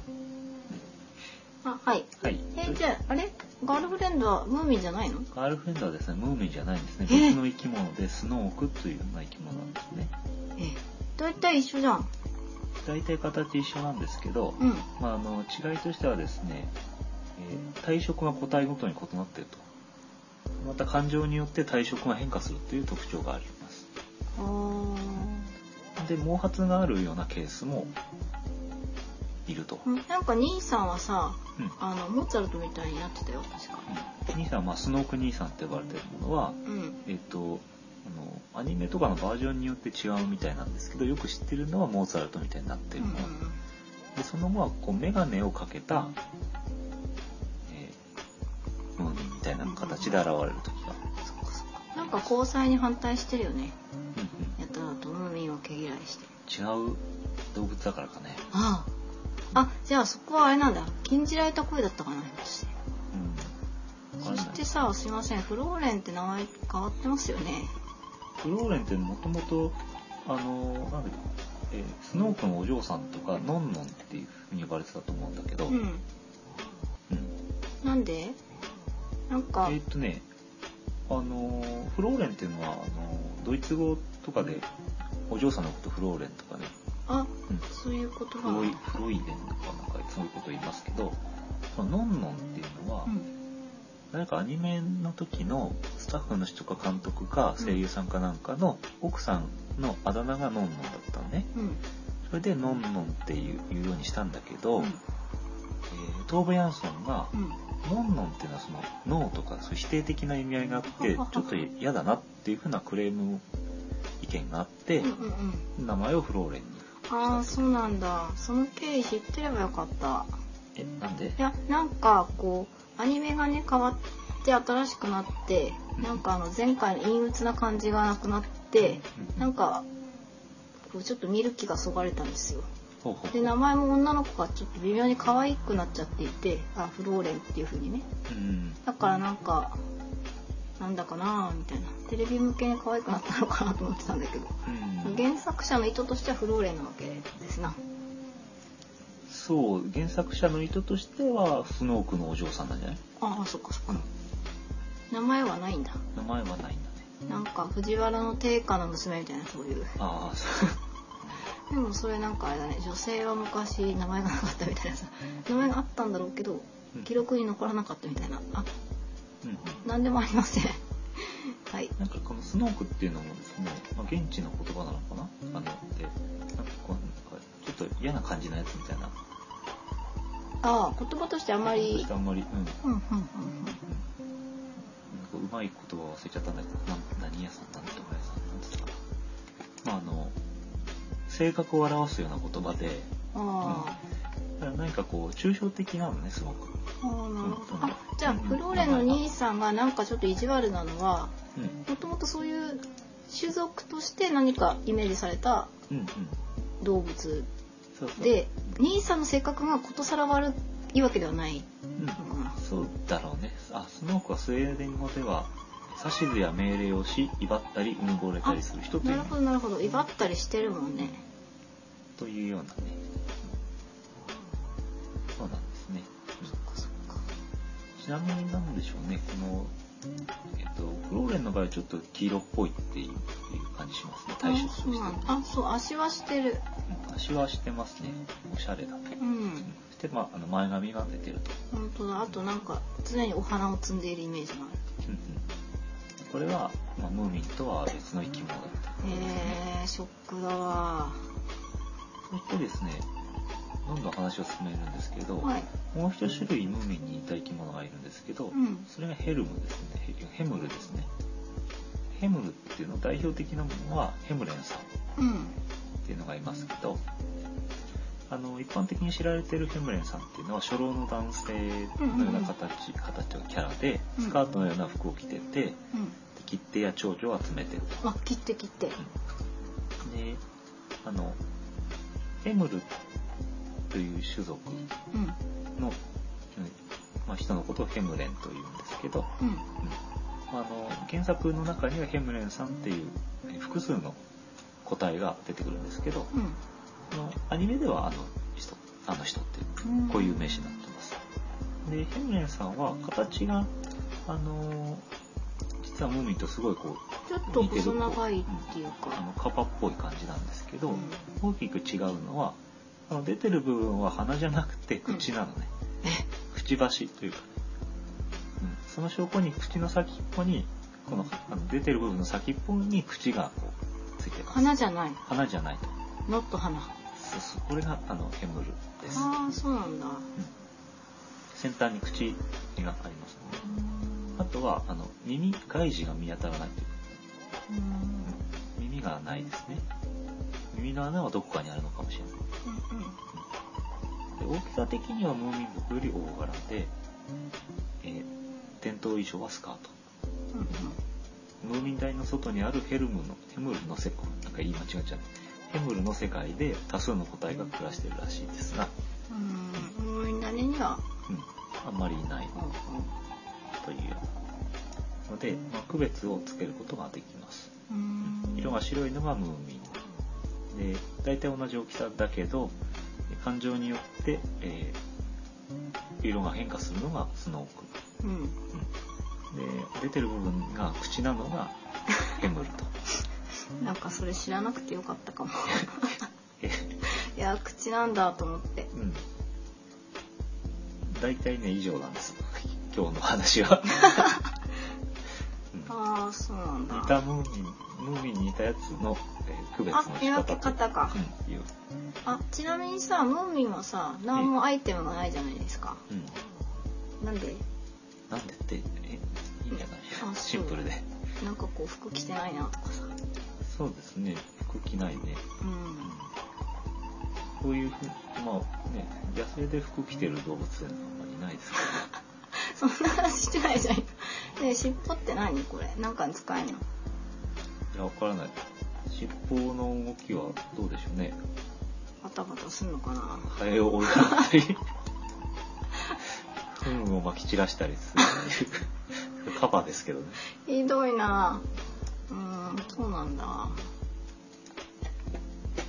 Speaker 2: あはい
Speaker 1: はい
Speaker 2: えーじゃああれガールフレンドはムーミンじゃないの
Speaker 1: ガールフレンドはですねムーミンじゃないんですね
Speaker 2: え
Speaker 1: 別の生き物でスノークというような生き物なんですね
Speaker 2: ええ大体一緒じゃん
Speaker 1: 大体形一緒なんですけど、
Speaker 2: うん
Speaker 1: まあ、あの違いとしてはですね、えー体色が個体ごとに異なっているとまた感情によって体色が変化するという特徴があります
Speaker 2: あ
Speaker 1: で毛髪があるようなケースもいると、
Speaker 2: ーんなんか兄さんはさ
Speaker 1: うん
Speaker 2: あのモーツァルトみたいになってたよ確か
Speaker 1: うん兄さんは、まあ、スノーク兄さんって呼ばれてるものは
Speaker 2: うん
Speaker 1: えっ、とあのアニメとかのバージョンによって違うみたいなんですけどよく知ってるのはモーツァルトみたいになってる
Speaker 2: うん
Speaker 1: も
Speaker 2: う
Speaker 1: の、
Speaker 2: ん
Speaker 1: でその後はこう眼鏡をかけた、えームーミンみたいな形で現れる時が、
Speaker 2: そっかそっかなんか交際に反対してるよね
Speaker 1: うん
Speaker 2: やったらとムーミンを毛嫌いして
Speaker 1: うん、違う動物だからかね、
Speaker 2: あああじゃあそこはあれなんだ禁じられた声だったかなひょっとして
Speaker 1: うん、わか
Speaker 2: そ
Speaker 1: んない
Speaker 2: してさすいませんフローレンって名前変わってますよね
Speaker 1: フローレンってもともとあのなんだっけ、えースノークのお嬢さんとかノンノンっていうふうに呼ばれてたと思うんだけど、
Speaker 2: うん
Speaker 1: うん
Speaker 2: なんでなんか
Speaker 1: えーっとねあのフローレンっていうのはあのドイツ語とかでお嬢さんのことフローレンとかね
Speaker 2: あ
Speaker 1: うん
Speaker 2: そういう言葉
Speaker 1: フロ
Speaker 2: な
Speaker 1: イ
Speaker 2: んだ
Speaker 1: フロイデンとかなんかそういうこと言いますけどそのノンノンっていうのは、
Speaker 2: うん
Speaker 1: 何かアニメの時のスタッフの人か監督か
Speaker 2: うん
Speaker 1: 声優さんかなんかの奥さんのあだ名がノンノンだったのね
Speaker 2: うん
Speaker 1: それでノンノンっていう言うようにしたんだけど、
Speaker 2: うん
Speaker 1: えートーベ・ヤンソンが
Speaker 2: うん
Speaker 1: ノンノンっていうのはそのノーとかそういう否定的な意味合いがあってちょっと嫌だなっていうふうなクレーム意見があって
Speaker 2: うんうんうん
Speaker 1: 名前をフローレンに
Speaker 2: ああそうなんだその経緯知ってればよかった
Speaker 1: えなんで
Speaker 2: いやなんかこうアニメがね変わって新しくなってなんかあの前回の陰鬱な感じがなくなって
Speaker 1: う
Speaker 2: なんかこうちょっと見る気がそがれたんですよ
Speaker 1: ほうほうほ
Speaker 2: で
Speaker 1: う
Speaker 2: 名前も女の子がちょっと微妙に可愛くなっちゃっていてあフローレンっていう風にね
Speaker 1: うん
Speaker 2: だからなんかなんだかなーみたいなテレビ向けに可愛くなったのかなと思ってたんだけど
Speaker 1: うん
Speaker 2: 原作者の意図としてはフローレンなわけですな
Speaker 1: そう原作者の意図としてはスノークのお嬢さんなんじゃない
Speaker 2: ああそっかそっか名前はないんだ
Speaker 1: 名前はないんだね
Speaker 2: なんか藤原の定家の娘みたいなそういう
Speaker 1: ああそう
Speaker 2: でもそれなんかあれだね女性は昔名前がなかったみたいなさ名前があったんだろうけど
Speaker 1: うん
Speaker 2: 記録に残らなかったみたいなあ
Speaker 1: うんうん
Speaker 2: なんでもありません はい
Speaker 1: なんかこのスノークっていうのもですね、まあ、現地の言葉なのかなあのでなんかこうなんかちょっと嫌な感じのやつみたいな
Speaker 2: ああ言葉としてあんま
Speaker 1: そ
Speaker 2: り
Speaker 1: してあんまり、うん。
Speaker 2: うんうんうんうん
Speaker 1: なんかうまい言葉忘れちゃったんだけど、な何屋さん、何とか屋さん、なんですか。まあ、あの、性格を表すような言葉で、
Speaker 2: あ
Speaker 1: だから何かこう、抽象的なのね、すごく。
Speaker 2: あ、ああなるほどあじゃあフローレンの兄さんがなんかちょっと意地悪なのは
Speaker 1: うん。
Speaker 2: もともとそういう種族として何かイメージされた
Speaker 1: うんうん。
Speaker 2: 動物
Speaker 1: そうそう。
Speaker 2: で兄さんの性格がことさら悪いわけではない
Speaker 1: うん
Speaker 2: の。かな
Speaker 1: そうだろうね。あ、スノークはスウェーデン語では、指図や命令をし、威張ったり、うぬぼれたりする人とい
Speaker 2: な
Speaker 1: う
Speaker 2: るほどなるほど威張ったりしてるもんね
Speaker 1: というようなね。そうなんですね。うん
Speaker 2: そっかそっか
Speaker 1: ちなみになんでしょうね、この、えっと、フローレンの場合はちょっと黄色っぽいっていう感じしますね、対象
Speaker 2: あ
Speaker 1: として。
Speaker 2: そううなんだあそう足はして
Speaker 1: ん
Speaker 2: る
Speaker 1: 足はしてますね。おしゃれだね。
Speaker 2: うん
Speaker 1: そして、まあ、あの前髪が出てると。
Speaker 2: 本当だあとなんか常にお花を摘んでいるイメージがある
Speaker 1: うんうんこれは、まあ、ムーミンとは別の生き物だと。
Speaker 2: へえショックだわ
Speaker 1: そしてですね、どんどん話を進めるんですけど、
Speaker 2: はい
Speaker 1: もう一種類ムーミンに似た生き物がいるんですけど、
Speaker 2: うん
Speaker 1: それがヘルムですね。ヘヘムルですね。ヘムルっていうの代表的なものはヘムレンさん。
Speaker 2: うん
Speaker 1: っていうのがいますけどあの一般的に知られてるヘムレンさんっていうのは初老の男性のような形,、形のキャラで
Speaker 2: うん
Speaker 1: スカートのような服を着てて、で
Speaker 2: うん
Speaker 1: 切手や長女を集めてると。
Speaker 2: あ切って切って
Speaker 1: であのヘムルという種族
Speaker 2: うん
Speaker 1: の、うんまあ、人のことをヘムレンというんですけど、
Speaker 2: うん
Speaker 1: うんあの原作の中にはヘムレンさんっていうえ複数の個体が出てくるんですけど、
Speaker 2: うん
Speaker 1: このアニメではあの人あの人って
Speaker 2: うん
Speaker 1: こういう名詞になってます。でヘムレンさんは形があのー実はムーミンとすごいこう
Speaker 2: ちょっと細長いっていう
Speaker 1: あ
Speaker 2: か
Speaker 1: のカパっぽい感じなんですけど、
Speaker 2: うん
Speaker 1: 大きく違うのはあの出てる部分は鼻じゃなくて口なのね、くちばしというか、うん、その証拠に口の先っぽにこのあの出てる部分の先っぽに口がこうついてます
Speaker 2: 花じゃない
Speaker 1: 鼻じゃないと
Speaker 2: ノット花
Speaker 1: そうそうこれがあのヘムルです
Speaker 2: ああそうなんだ
Speaker 1: 先端に口がありますのであとはあの耳外耳が見当たらないという
Speaker 2: うんうん
Speaker 1: 耳がないですね耳の穴はどこかにあるのかもしれないで大きさ的にはムーミン族より大柄で、えー伝統衣装はスカート
Speaker 2: うんうん
Speaker 1: ムーミン台の外にあるヘルムのヘムルの世界なんか言い間違っちゃうヘムルの世界で多数の個体が暮らしているらしいですが、
Speaker 2: うんうんみんなには
Speaker 1: うん、あんまりいない
Speaker 2: うんうん
Speaker 1: というようなので、まあ区別をつけることができます
Speaker 2: うん
Speaker 1: 色が白いのがムーミンで大体同じ大きさだけど感情によって、えー色が変化するのがスノーク
Speaker 2: うん
Speaker 1: で出てる部分が口なのがヘムルと
Speaker 2: なんかそれ知らなくてよかった かも
Speaker 1: え
Speaker 2: いや口なんだと思って
Speaker 1: うん大体ね以上なんです今日の話は、うん
Speaker 2: ああそうなんだ
Speaker 1: 似たムーミンムーミンに似たやつの、えー区別の
Speaker 2: あ
Speaker 1: 仕
Speaker 2: 見分
Speaker 1: 方
Speaker 2: け
Speaker 1: と
Speaker 2: 方か
Speaker 1: うんいう
Speaker 2: あちなみにさムーミンはさ何もアイテムがないじゃないですか
Speaker 1: うん
Speaker 2: なんで
Speaker 1: なんでってえいいんじゃない
Speaker 2: あそう
Speaker 1: シンプルで
Speaker 2: なんかこう服着てないなとかさ
Speaker 1: そうですね服着ないね、
Speaker 2: う
Speaker 1: うん
Speaker 2: ん、
Speaker 1: こういうふうまあね野生で服着てる動物ってあんまりいないですけ
Speaker 2: そんな話してないじゃん今ね尻尾って何これなんかに使えんの
Speaker 1: どいやわからない尻尾の動きはどうでしょうね
Speaker 2: バタバタすんのかな
Speaker 1: ハエを追い払ったり フンをまき散らしたりするっていうカバーですけどね
Speaker 2: ひどいなうんそうなんだ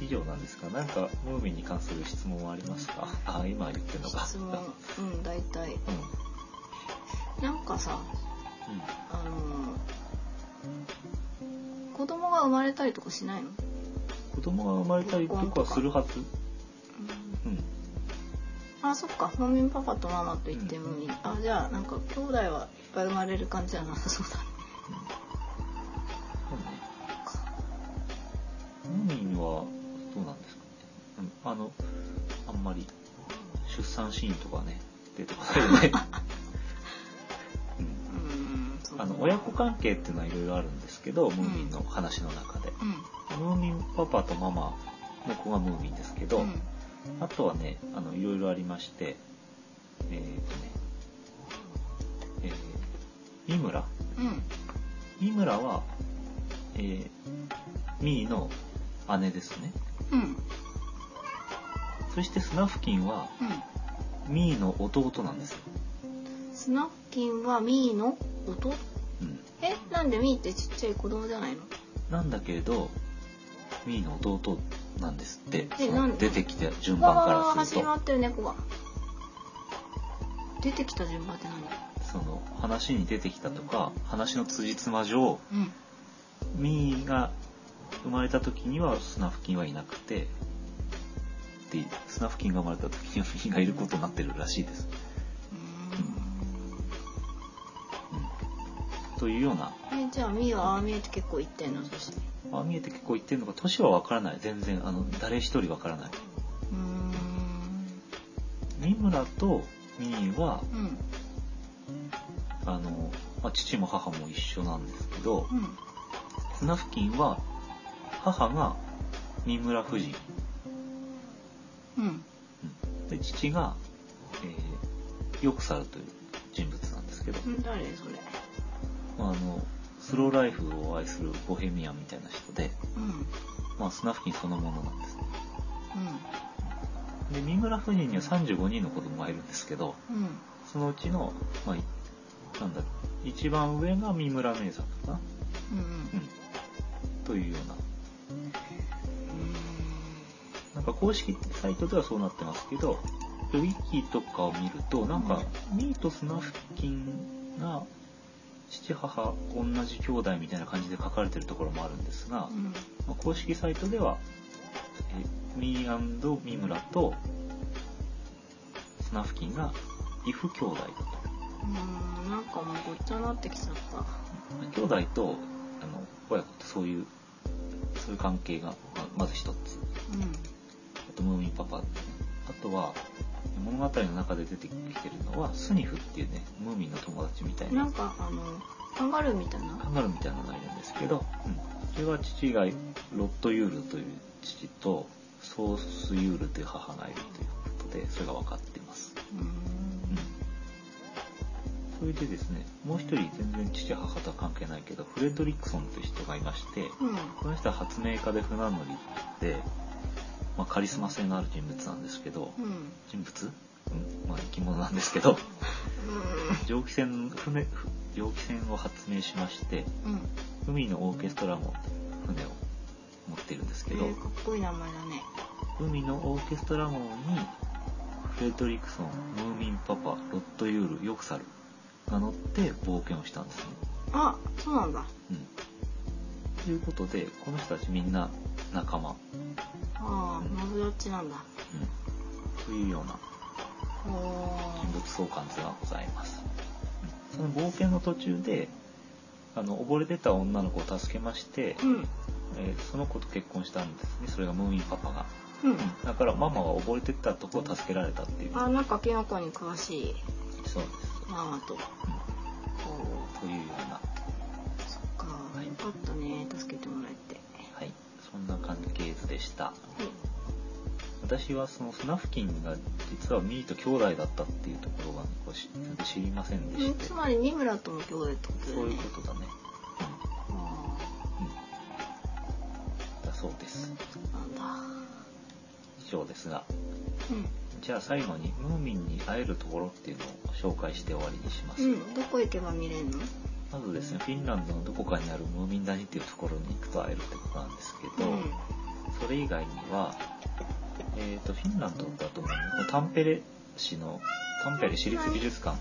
Speaker 1: 以上なんですがなんかムーミンに関する質問はありますかあ今言ってるのか
Speaker 2: 質問うん大体
Speaker 1: うん
Speaker 2: なんかさ
Speaker 1: うん
Speaker 2: あの子供が生まれたりとかしないの、
Speaker 1: 子供が生まれたりとかするはずうん
Speaker 2: あそっか本人パパとママと言ってもいい、あじゃあなんか兄弟はいっぱい生まれる感じはな さそうだね
Speaker 1: そうね。ムーミンはどうなんですかね。うん、あの、あんまり出産シーンとかね出てこ ないよね、うん
Speaker 2: うんそう
Speaker 1: あの親子関係っていうのはいろいろあるんですけど、ムーミンの話の中で
Speaker 2: うん
Speaker 1: ムーミンパパとママの子がムーミンですけど、
Speaker 2: うん
Speaker 1: あとはねあのいろいろありましてえー、とねえー、三村
Speaker 2: うん
Speaker 1: 三村はえー、ミーの姉ですね
Speaker 2: うん
Speaker 1: そしてスナフキンはミーの弟なんですよ、
Speaker 2: うんスナフキンはミーの弟
Speaker 1: うん、
Speaker 2: えなんでミーってちっちゃい子供じゃないの
Speaker 1: なんだけれどミーの弟なんですって
Speaker 2: え
Speaker 1: その
Speaker 2: なんで
Speaker 1: 出てきた順番
Speaker 2: わあ
Speaker 1: からす
Speaker 2: 走
Speaker 1: る
Speaker 2: り
Speaker 1: と
Speaker 2: 回ってる猫が出てきた順番って何だ
Speaker 1: その話に出てきたとか話の辻褄上
Speaker 2: うん
Speaker 1: ミーが生まれた時にはスナフキンはいなくてでスナフキンが生まれた時にはミーがいることになってるらしいです、うん、というような
Speaker 2: うーんえじゃあミーはああ見えて結構いってんのそして
Speaker 1: ああ見えて結構言ってるのか年は分からない全然あの誰一人分からないう
Speaker 2: ーん
Speaker 1: 三村とミーは
Speaker 2: うん
Speaker 1: あの、まあ、父も母も一緒なんですけど
Speaker 2: うん
Speaker 1: スナフキンは母が三村夫人
Speaker 2: うん
Speaker 1: で父が、えー、よくさるという人物なんですけど、
Speaker 2: うん誰それ
Speaker 1: まあ、あのスローライフを愛するボヘミアンみたいな人で、
Speaker 2: うんうん
Speaker 1: まあ、スナフキンそのものなんですで三村夫人には35人の子供がいるんですけど
Speaker 2: うん
Speaker 1: そのうちの、まあい、なんだ一番上が三村名作かな、
Speaker 2: うん
Speaker 1: うん、というような
Speaker 2: う
Speaker 1: なんか公式サイトではそうなってますけど、ウィキとかを見ると、なんか、ミーとスナフキンが、父母同じ兄弟みたいな感じで書かれてるところもあるんですが、
Speaker 2: んうん
Speaker 1: まあ公式サイトでは、えミーミムラとスナフキンが、イフ兄弟だと。
Speaker 2: うんなんかもうごっちゃになってきちゃった。
Speaker 1: 兄弟と、あの、親子ってそういう、そういう関係が、まあまず一つ。
Speaker 2: う
Speaker 1: あとムーミンパパですね。あとは、物語の中で出てきてるのは、スニフっていうね、ムーミンの友達みたい
Speaker 2: ん。な
Speaker 1: な、
Speaker 2: んかあのカンガルーみたいな。
Speaker 1: カンガルーみたいなのがいるんですけど、うん、それは父がロットユールという父と、ソースユールという母がいるということで、それが分かっています。
Speaker 2: う
Speaker 1: うん
Speaker 2: ん。
Speaker 1: それでですね、もう一人全然父母とは関係ないけど、フレドリックソンという人がいまして、
Speaker 2: うん。
Speaker 1: この人は発明家で船乗りで、まあ、カリスマ性のある人物なんですけど、
Speaker 2: うん。
Speaker 1: 人物、うん、まあ生き物なんですけど蒸気船船蒸気船を発明しまして
Speaker 2: うん。
Speaker 1: 海のオーケストラも船を持っているんです
Speaker 2: え
Speaker 1: けど、
Speaker 2: ー、かっこいい名前だね。
Speaker 1: 海のオーケストラ号にフレドリクソンムーミンパパロットユールヨクサルが乗って冒険をしたんですね。
Speaker 2: あ、そうなんだ。
Speaker 1: うん、ということでこの人たちみんな仲間、うん、
Speaker 2: ああ、マブダッチなんだ。
Speaker 1: というような
Speaker 2: おお。
Speaker 1: 人物相関図がございます。その冒険の途中で、あの、溺れてた女の子を助けまして、
Speaker 2: うん。
Speaker 1: えーその子と結婚したんですね。それがムーミンパパが。
Speaker 2: うん。
Speaker 1: だからママは溺れてたとこを助けられたっていう。
Speaker 2: あ、なんかキノコに詳しい
Speaker 1: そうです。
Speaker 2: ママと。おお。
Speaker 1: というような、
Speaker 2: そっか。
Speaker 1: い
Speaker 2: よかったね。助けてもらえて。
Speaker 1: はい。そんな関係図でした。
Speaker 2: はい。
Speaker 1: 私はそのスナフキンが実はミーと兄弟だったっていうところが、こうし全然知りませんで
Speaker 2: う
Speaker 1: し
Speaker 2: ん
Speaker 1: て
Speaker 2: つ。まり三村とも兄弟ってことだ
Speaker 1: そ
Speaker 2: よ
Speaker 1: ういう
Speaker 2: ね。
Speaker 1: ことだね。
Speaker 2: あ
Speaker 1: うん。うん。だそうです。
Speaker 2: あ、なんだ。
Speaker 1: 以上ですが。
Speaker 2: うん。
Speaker 1: じゃあ最後にムーミンに会えるところっていうのを紹介して終わりにします、
Speaker 2: うん、どこ行けば見れるの？
Speaker 1: まずですねフィンランドのどこかにあるムーミン谷っていうところに行くと会えるってことなんですけど、それ以外には、えー、とフィンランドだとねタンペレ市のタンペレ市立美術館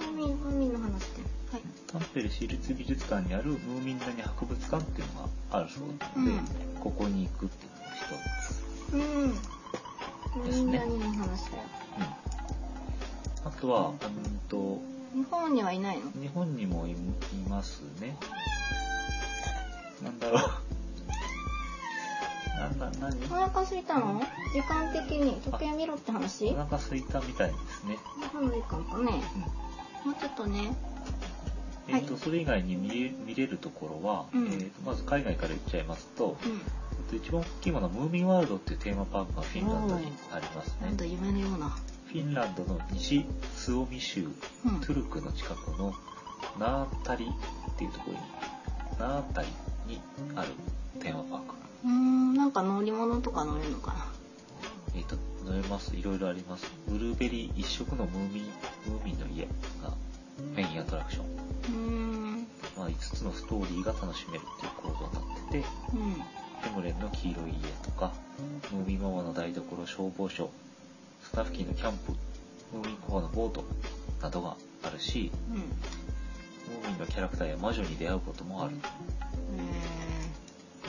Speaker 2: 海海の話で。はい。
Speaker 1: タンペレ市立美術館にあるムーミン谷博物館っていうのがあるそうなので、
Speaker 2: うん
Speaker 1: ここに行くっていうのが一つ、
Speaker 2: うん。
Speaker 1: です
Speaker 2: みん
Speaker 1: ね
Speaker 2: なにの話だよ。
Speaker 1: うん、あとはうんと
Speaker 2: 日本にはいないの？
Speaker 1: 日本にもいいますね。なんだろう。な、な、なに
Speaker 2: お腹空いたの時間的に時計見ろって話
Speaker 1: お腹空いたみたいですね。
Speaker 2: 何の時間か
Speaker 1: う
Speaker 2: ね
Speaker 1: ん。
Speaker 2: もうちょっとね
Speaker 1: えっと、
Speaker 2: はい
Speaker 1: それ以外に見れ見れるところは、
Speaker 2: うん
Speaker 1: えーとまず海外から行っちゃいますと、
Speaker 2: うん
Speaker 1: えっと一番大きいものはムーミンワールドっていうテーマパークがフィンランドにあります
Speaker 2: なんだ
Speaker 1: ね。
Speaker 2: 夢のような
Speaker 1: フィンランドの西スオミ州
Speaker 2: うん
Speaker 1: トゥルクの近くのナータリっていうところに、ナータリにあるテーマパーク。
Speaker 2: うーんなんか乗り物とか乗れるのかな
Speaker 1: えっ、と、乗れます。いろいろあります。ブルーベリー一色のムーミン、ムーミンの家がメインアトラクション。
Speaker 2: うーん
Speaker 1: まあ、5つのストーリーが楽しめるっていう構造になってて、
Speaker 2: うん
Speaker 1: ヘムレンの黄色い家とか、ムーミンママの台所消防署、スタッフキーのキャンプ、ムーミンコアのボートなどがあるし、
Speaker 2: うん
Speaker 1: ムーミンのキャラクターや魔女に出会うこともある。
Speaker 2: え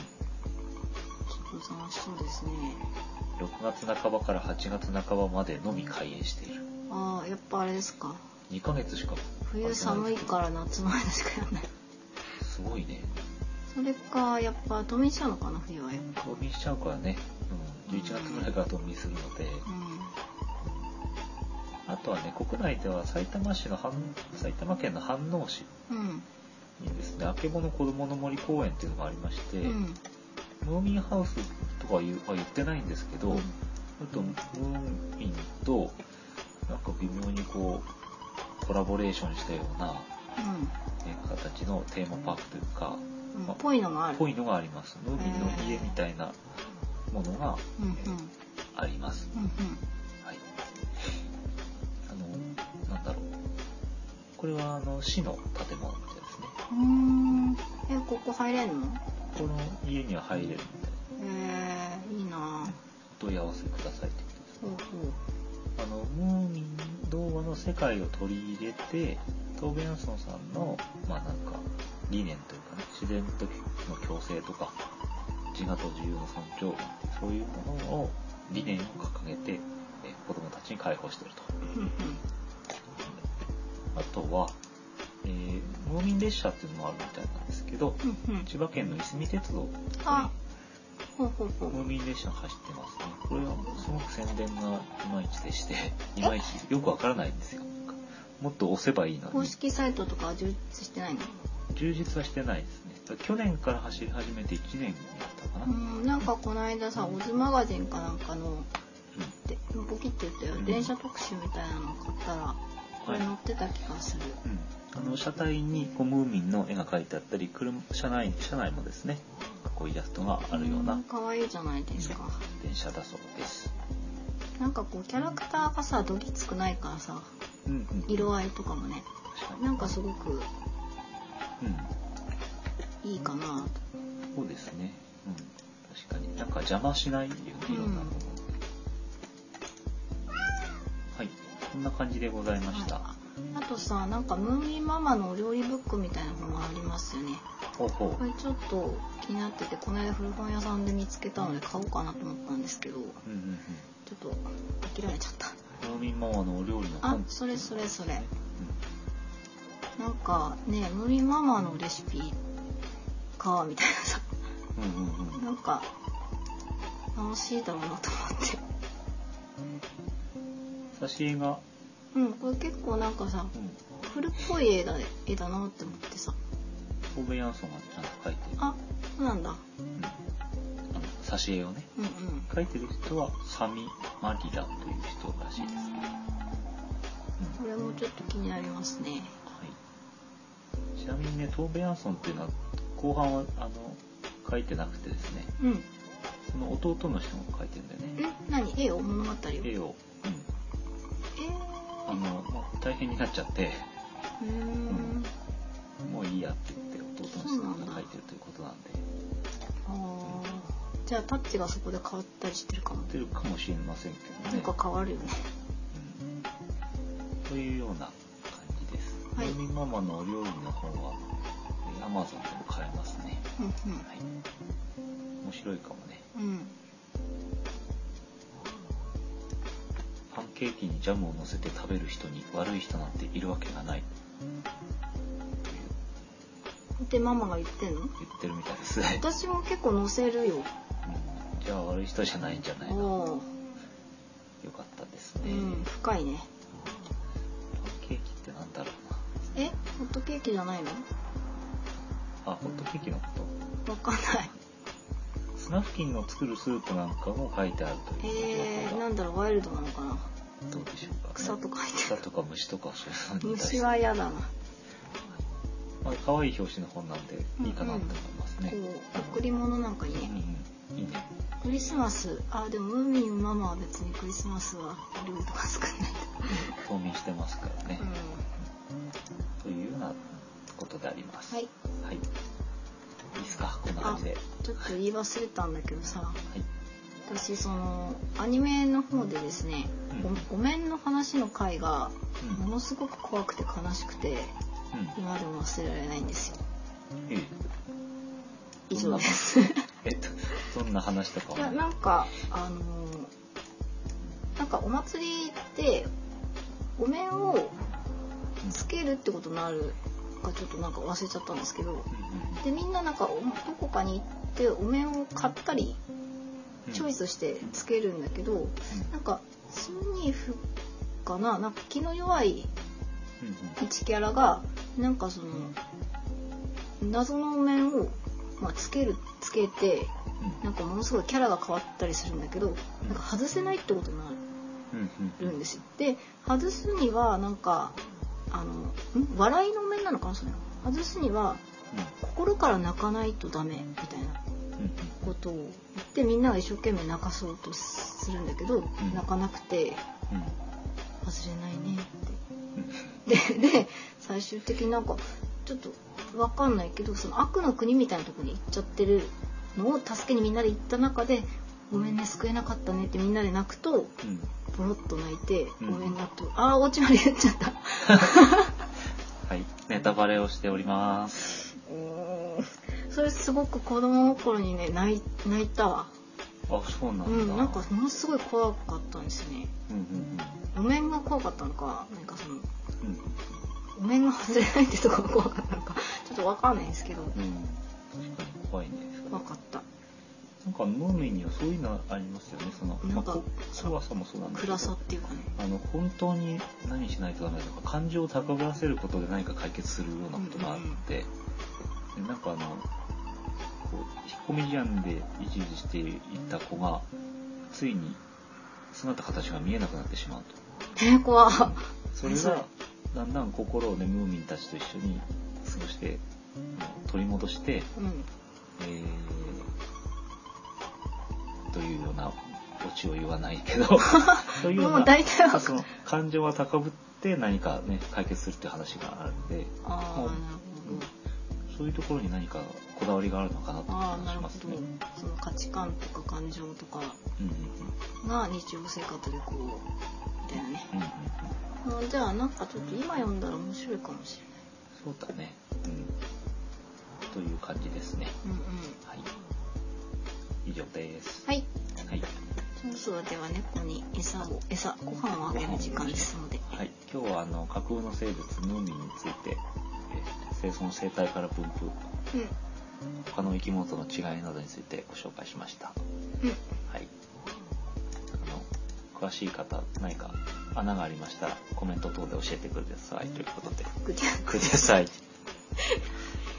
Speaker 2: ー、ちょっと楽しそうですね
Speaker 1: 6月半ばから8月半ばまでのみ開園している。
Speaker 2: ああやっぱあれですか
Speaker 1: 2ヶ月しか。
Speaker 2: 冬寒いから夏の間しかやんない
Speaker 1: すごいね。
Speaker 2: それかやっぱ冬眠しちゃうのかな冬はやっぱ
Speaker 1: 冬眠しちゃうからね。うん。11月ぐらいから冬眠するので。
Speaker 2: う
Speaker 1: あとはね、国内では埼玉市の飯、埼玉県の飯能市
Speaker 2: んうん
Speaker 1: にですね、あけぼの子どもの森公園っていうのがありまして、
Speaker 2: うん
Speaker 1: ムーミンハウスとかは言うは言ってないんですけど、
Speaker 2: うん
Speaker 1: ちょっとムーミンとなんか微妙にこうコラボレーションしたようなえー形のテーマパークというか、
Speaker 2: うんうんぽいのがある
Speaker 1: ぽいのがあります。ムーミンの家みたいなものが
Speaker 2: うんうん
Speaker 1: あります。
Speaker 2: うん
Speaker 1: はい。あの、なんだろう。これはあの市の建物みたいですね。
Speaker 2: うんうーんえここ入れんの
Speaker 1: この家には入れるみたいな。
Speaker 2: えー、いいな
Speaker 1: お問い合わせくださいってことです。
Speaker 2: ほうほ
Speaker 1: あのムーミン童話の世界を取り入れてトーベ・ヤンソンさんのまあなんか理念というかね自然との共生とか自我と自由の尊重そういうものを理念を掲げてえ子供たちに解放していると
Speaker 2: ううんうん
Speaker 1: あとは、えー、ムーミン列車っていうのもあるみたいなんですけど
Speaker 2: うんうん
Speaker 1: 千葉県のいすみ鉄道
Speaker 2: あほうほうほ
Speaker 1: ム
Speaker 2: う
Speaker 1: ーミン列車が走ってますねこれはすごく宣伝がいまいちでしていまいちよくわからないんですよもっと押せばいいの
Speaker 2: 公
Speaker 1: に
Speaker 2: 式サイトとかは充実してないの
Speaker 1: 充実はしてないですね去年から走り始めて1年になったかな、
Speaker 2: う
Speaker 1: うん
Speaker 2: んなんかこの間さオズマガジンかなんかのでポキって言ったよ電車特集みたいなの買ったらこれ乗ってた気がする
Speaker 1: あの車体にこうムーミンの絵が描いてあったり車車内車内もですねこうイラストがあるような
Speaker 2: 可愛いじゃないですか
Speaker 1: 電車だそうです、
Speaker 2: なんかこうキャラクターがさどぎつくないからさ
Speaker 1: うんうん、
Speaker 2: 色合いとかもね
Speaker 1: 確かに
Speaker 2: なんかすごく
Speaker 1: うん
Speaker 2: いいかな
Speaker 1: そうですね。うん。確かに。なんか邪魔しないよね、いろんなもの。はい。そんな感じでござい
Speaker 2: と
Speaker 1: ました。
Speaker 2: あとさなんかムーミンママのお料理ブックみたいな本がありますよね
Speaker 1: ほうほ
Speaker 2: これちょっと気になっててこの間古本屋さんで見つけたので買おうかなと思ったんですけ
Speaker 1: う。
Speaker 2: ど
Speaker 1: うんうんうん。
Speaker 2: ちょっと諦めちゃった
Speaker 1: 農民ママのお料理の
Speaker 2: あ
Speaker 1: 本。
Speaker 2: それそれそれ
Speaker 1: う
Speaker 2: なんかねムーミンママのレシピかみたいなさ
Speaker 1: んうんうんうん。
Speaker 2: なんか楽しいだろうなと思って
Speaker 1: 挿絵が、
Speaker 2: うんこれ結構なんかさ
Speaker 1: うん。
Speaker 2: 古っぽい絵だ絵だなって思ってさ
Speaker 1: トーベヤンソンがちゃんと描いてる。
Speaker 2: あそうなんだ
Speaker 1: うん。あの、挿絵をね。
Speaker 2: うんうん
Speaker 1: 描いてる人はサミ・マリラという人らしいですけど。うん
Speaker 2: これもちょっと気になりますね
Speaker 1: はい、ちなみにねトーベ・ヤンソンっていうのは後半はあの書いてなくてですね
Speaker 2: うん
Speaker 1: その弟の人が書いてるんだよね
Speaker 2: え何絵を物語をえー
Speaker 1: 絵を、うん、あ
Speaker 2: う
Speaker 1: のもう大変になっちゃって
Speaker 2: ーん
Speaker 1: もういいやって言って弟の人が書いてるということなんで
Speaker 2: あーじゃあタッチがそこで変わったりしてるかも
Speaker 1: 出るかもしれませんけど
Speaker 2: なん
Speaker 1: ね
Speaker 2: か、変わるよね
Speaker 1: うん、というような感じです「
Speaker 2: はい
Speaker 1: ムーミンママのお料理」の本は Amazon でも買えますね、
Speaker 2: うん
Speaker 1: はい、面白いかもね
Speaker 2: うんうん
Speaker 1: パンケーキにジャムを乗せて食べる人に悪い人なんているわけがないという
Speaker 2: ってママが言ってんの
Speaker 1: 言ってるみたいです、うん、
Speaker 2: 私も結構載せるよ
Speaker 1: 自じゃあ悪い人じゃないんじゃないのよ
Speaker 2: おー
Speaker 1: かったです
Speaker 2: う
Speaker 1: ね、
Speaker 2: ん深いね
Speaker 1: パンケーキってなんだろうな
Speaker 2: えホットケーキじゃないの
Speaker 1: あホットケーキのこと
Speaker 2: わかんない
Speaker 1: スナフキンの作るスープなんかも書いてあるという
Speaker 2: えー、
Speaker 1: 情報
Speaker 2: な
Speaker 1: が
Speaker 2: んだろうワイルドなのかな
Speaker 1: どうでしょうか、ね、
Speaker 2: 草とか入って
Speaker 1: 草
Speaker 2: る
Speaker 1: とか虫とかそういうのに対して
Speaker 2: 虫は嫌だなこ
Speaker 1: まあ、可愛い表紙の本なんでいいかなと思いますね、
Speaker 2: う贈り物なんかいいね
Speaker 1: うんうんい いね
Speaker 2: クリスマスあでもムーミンママは別にクリスマスはルールとか作んない
Speaker 1: 冬眠してますからね
Speaker 2: と、うん、
Speaker 1: というようなことであります
Speaker 2: はい、
Speaker 1: はい、いいですかこんな感
Speaker 2: あ
Speaker 1: じでは
Speaker 2: ちょっと言い忘れたんだけどさ
Speaker 1: い
Speaker 2: 私そのアニメの方でですね
Speaker 1: うん
Speaker 2: 「ごごめん」の話の回が
Speaker 1: うん
Speaker 2: ものすごく怖くて悲しくて今でも忘れられないんですよ
Speaker 1: うんえ
Speaker 2: 以上ですい
Speaker 1: えっとどんな話とかは
Speaker 2: やなんかあのなんかお祭りってお面を
Speaker 1: うん
Speaker 2: つけるってことになるかちょっとなんか忘れちゃったんですけど
Speaker 1: うんうん
Speaker 2: でみんななんかおどこかに行ってお面を買ったり
Speaker 1: うん
Speaker 2: チョイスしてつけるんだけど、なんかスニーフかななんか気の弱い
Speaker 1: うんうん
Speaker 2: 1キャラがなんかその謎の面を、まあ、つけるつけてなんかものすごいキャラが変わったりするんだけどなんか外せないってことにな
Speaker 1: うんうんうん
Speaker 2: るんですよ。で外すにはなんかあのん笑いの面なのかなそれは外すには心から泣かないとダメみたいな
Speaker 1: うんうん
Speaker 2: ことを言ってみんなが一生懸命泣かそうとするんだけど、
Speaker 1: ん
Speaker 2: 泣かなくて
Speaker 1: うん
Speaker 2: 忘れないね
Speaker 1: うん
Speaker 2: ってでで最終的になんかちょっと分かんないけどその悪の国みたいなとこに行っちゃってるのを助けにみんなで行った中で「ごめんね救えなかったね」ってみんなで泣くと
Speaker 1: うん
Speaker 2: ボロッと泣いて「
Speaker 1: うん
Speaker 2: ごめんな」と「ああ落ちまで言っちゃった」
Speaker 1: はいネタバレをしております
Speaker 2: うーんそれすごく子供心にね泣い泣いたわ
Speaker 1: あそうなんだ
Speaker 2: うんなんかものすごい怖かったんですね
Speaker 1: うんうん
Speaker 2: お面が怖かったのかなんかその
Speaker 1: うんうん
Speaker 2: お面が外れないってとこが怖かったのかちょっとわかんないんですけど
Speaker 1: うん、確かに怖いね。
Speaker 2: 怖かった
Speaker 1: なんかムーミンにはそういうのありますよね。その、
Speaker 2: なんか
Speaker 1: まあこ怖さもそうなんだけど
Speaker 2: 暗。さっていうかね
Speaker 1: あの本当に何しないとダメだとか感情を高ぶらせることで何か解決するようなことがあって、でなんかあのこう引っ込み思案で一時していた子がついに姿形が見えなくなってしまうと
Speaker 2: えー、怖っ
Speaker 1: それ
Speaker 2: それ
Speaker 1: がだんだん心をねムーミンたちと一緒に過ごしてあの取り戻して
Speaker 2: うん
Speaker 1: えーというようなオチを言わない けどというよう
Speaker 2: もう
Speaker 1: な
Speaker 2: 大体は
Speaker 1: その感情は高ぶって何かね解決するっていう話があるんで、
Speaker 2: ああなるほ
Speaker 1: うん
Speaker 2: ど
Speaker 1: そういうところに何かこだわりがあるのかなって気
Speaker 2: あ
Speaker 1: が
Speaker 2: あな
Speaker 1: し
Speaker 2: るほ
Speaker 1: ま
Speaker 2: ど
Speaker 1: すね。
Speaker 2: その価値観とか感情とか
Speaker 1: うんうん
Speaker 2: が日常生活でこうだよね
Speaker 1: うんうんうんうん
Speaker 2: あーじゃあなんかちょっと今読んだら面白いかもし
Speaker 1: そうだね、うん、という感じですね。
Speaker 2: れないうんうん
Speaker 1: はい、以上です。
Speaker 2: はい
Speaker 1: はい
Speaker 2: そろそろでは猫に餌を餌ご飯をあげる時間ですので
Speaker 1: はい、今日はあの架空の生物ムーミンについて、えー生存生態から分布
Speaker 2: うん
Speaker 1: 他の生き物との違いなどについてご紹介しました。
Speaker 2: うん
Speaker 1: はい。あの詳しい方何か穴がありましたらコメント等で教えてくださいということで。
Speaker 2: ぐちゃ
Speaker 1: ください。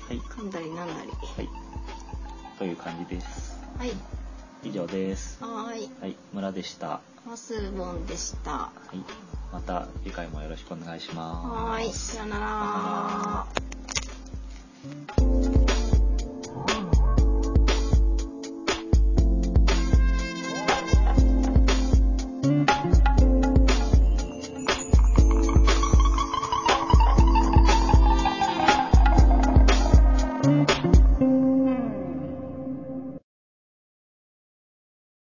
Speaker 1: はい
Speaker 2: 噛んだりなんだり
Speaker 1: はいという感じです。
Speaker 2: はい
Speaker 1: 以上です。
Speaker 2: はーい
Speaker 1: はい村でした。は
Speaker 2: マスボンでした
Speaker 1: いまた次回もよろしくお願いします。
Speaker 2: はーいさよなら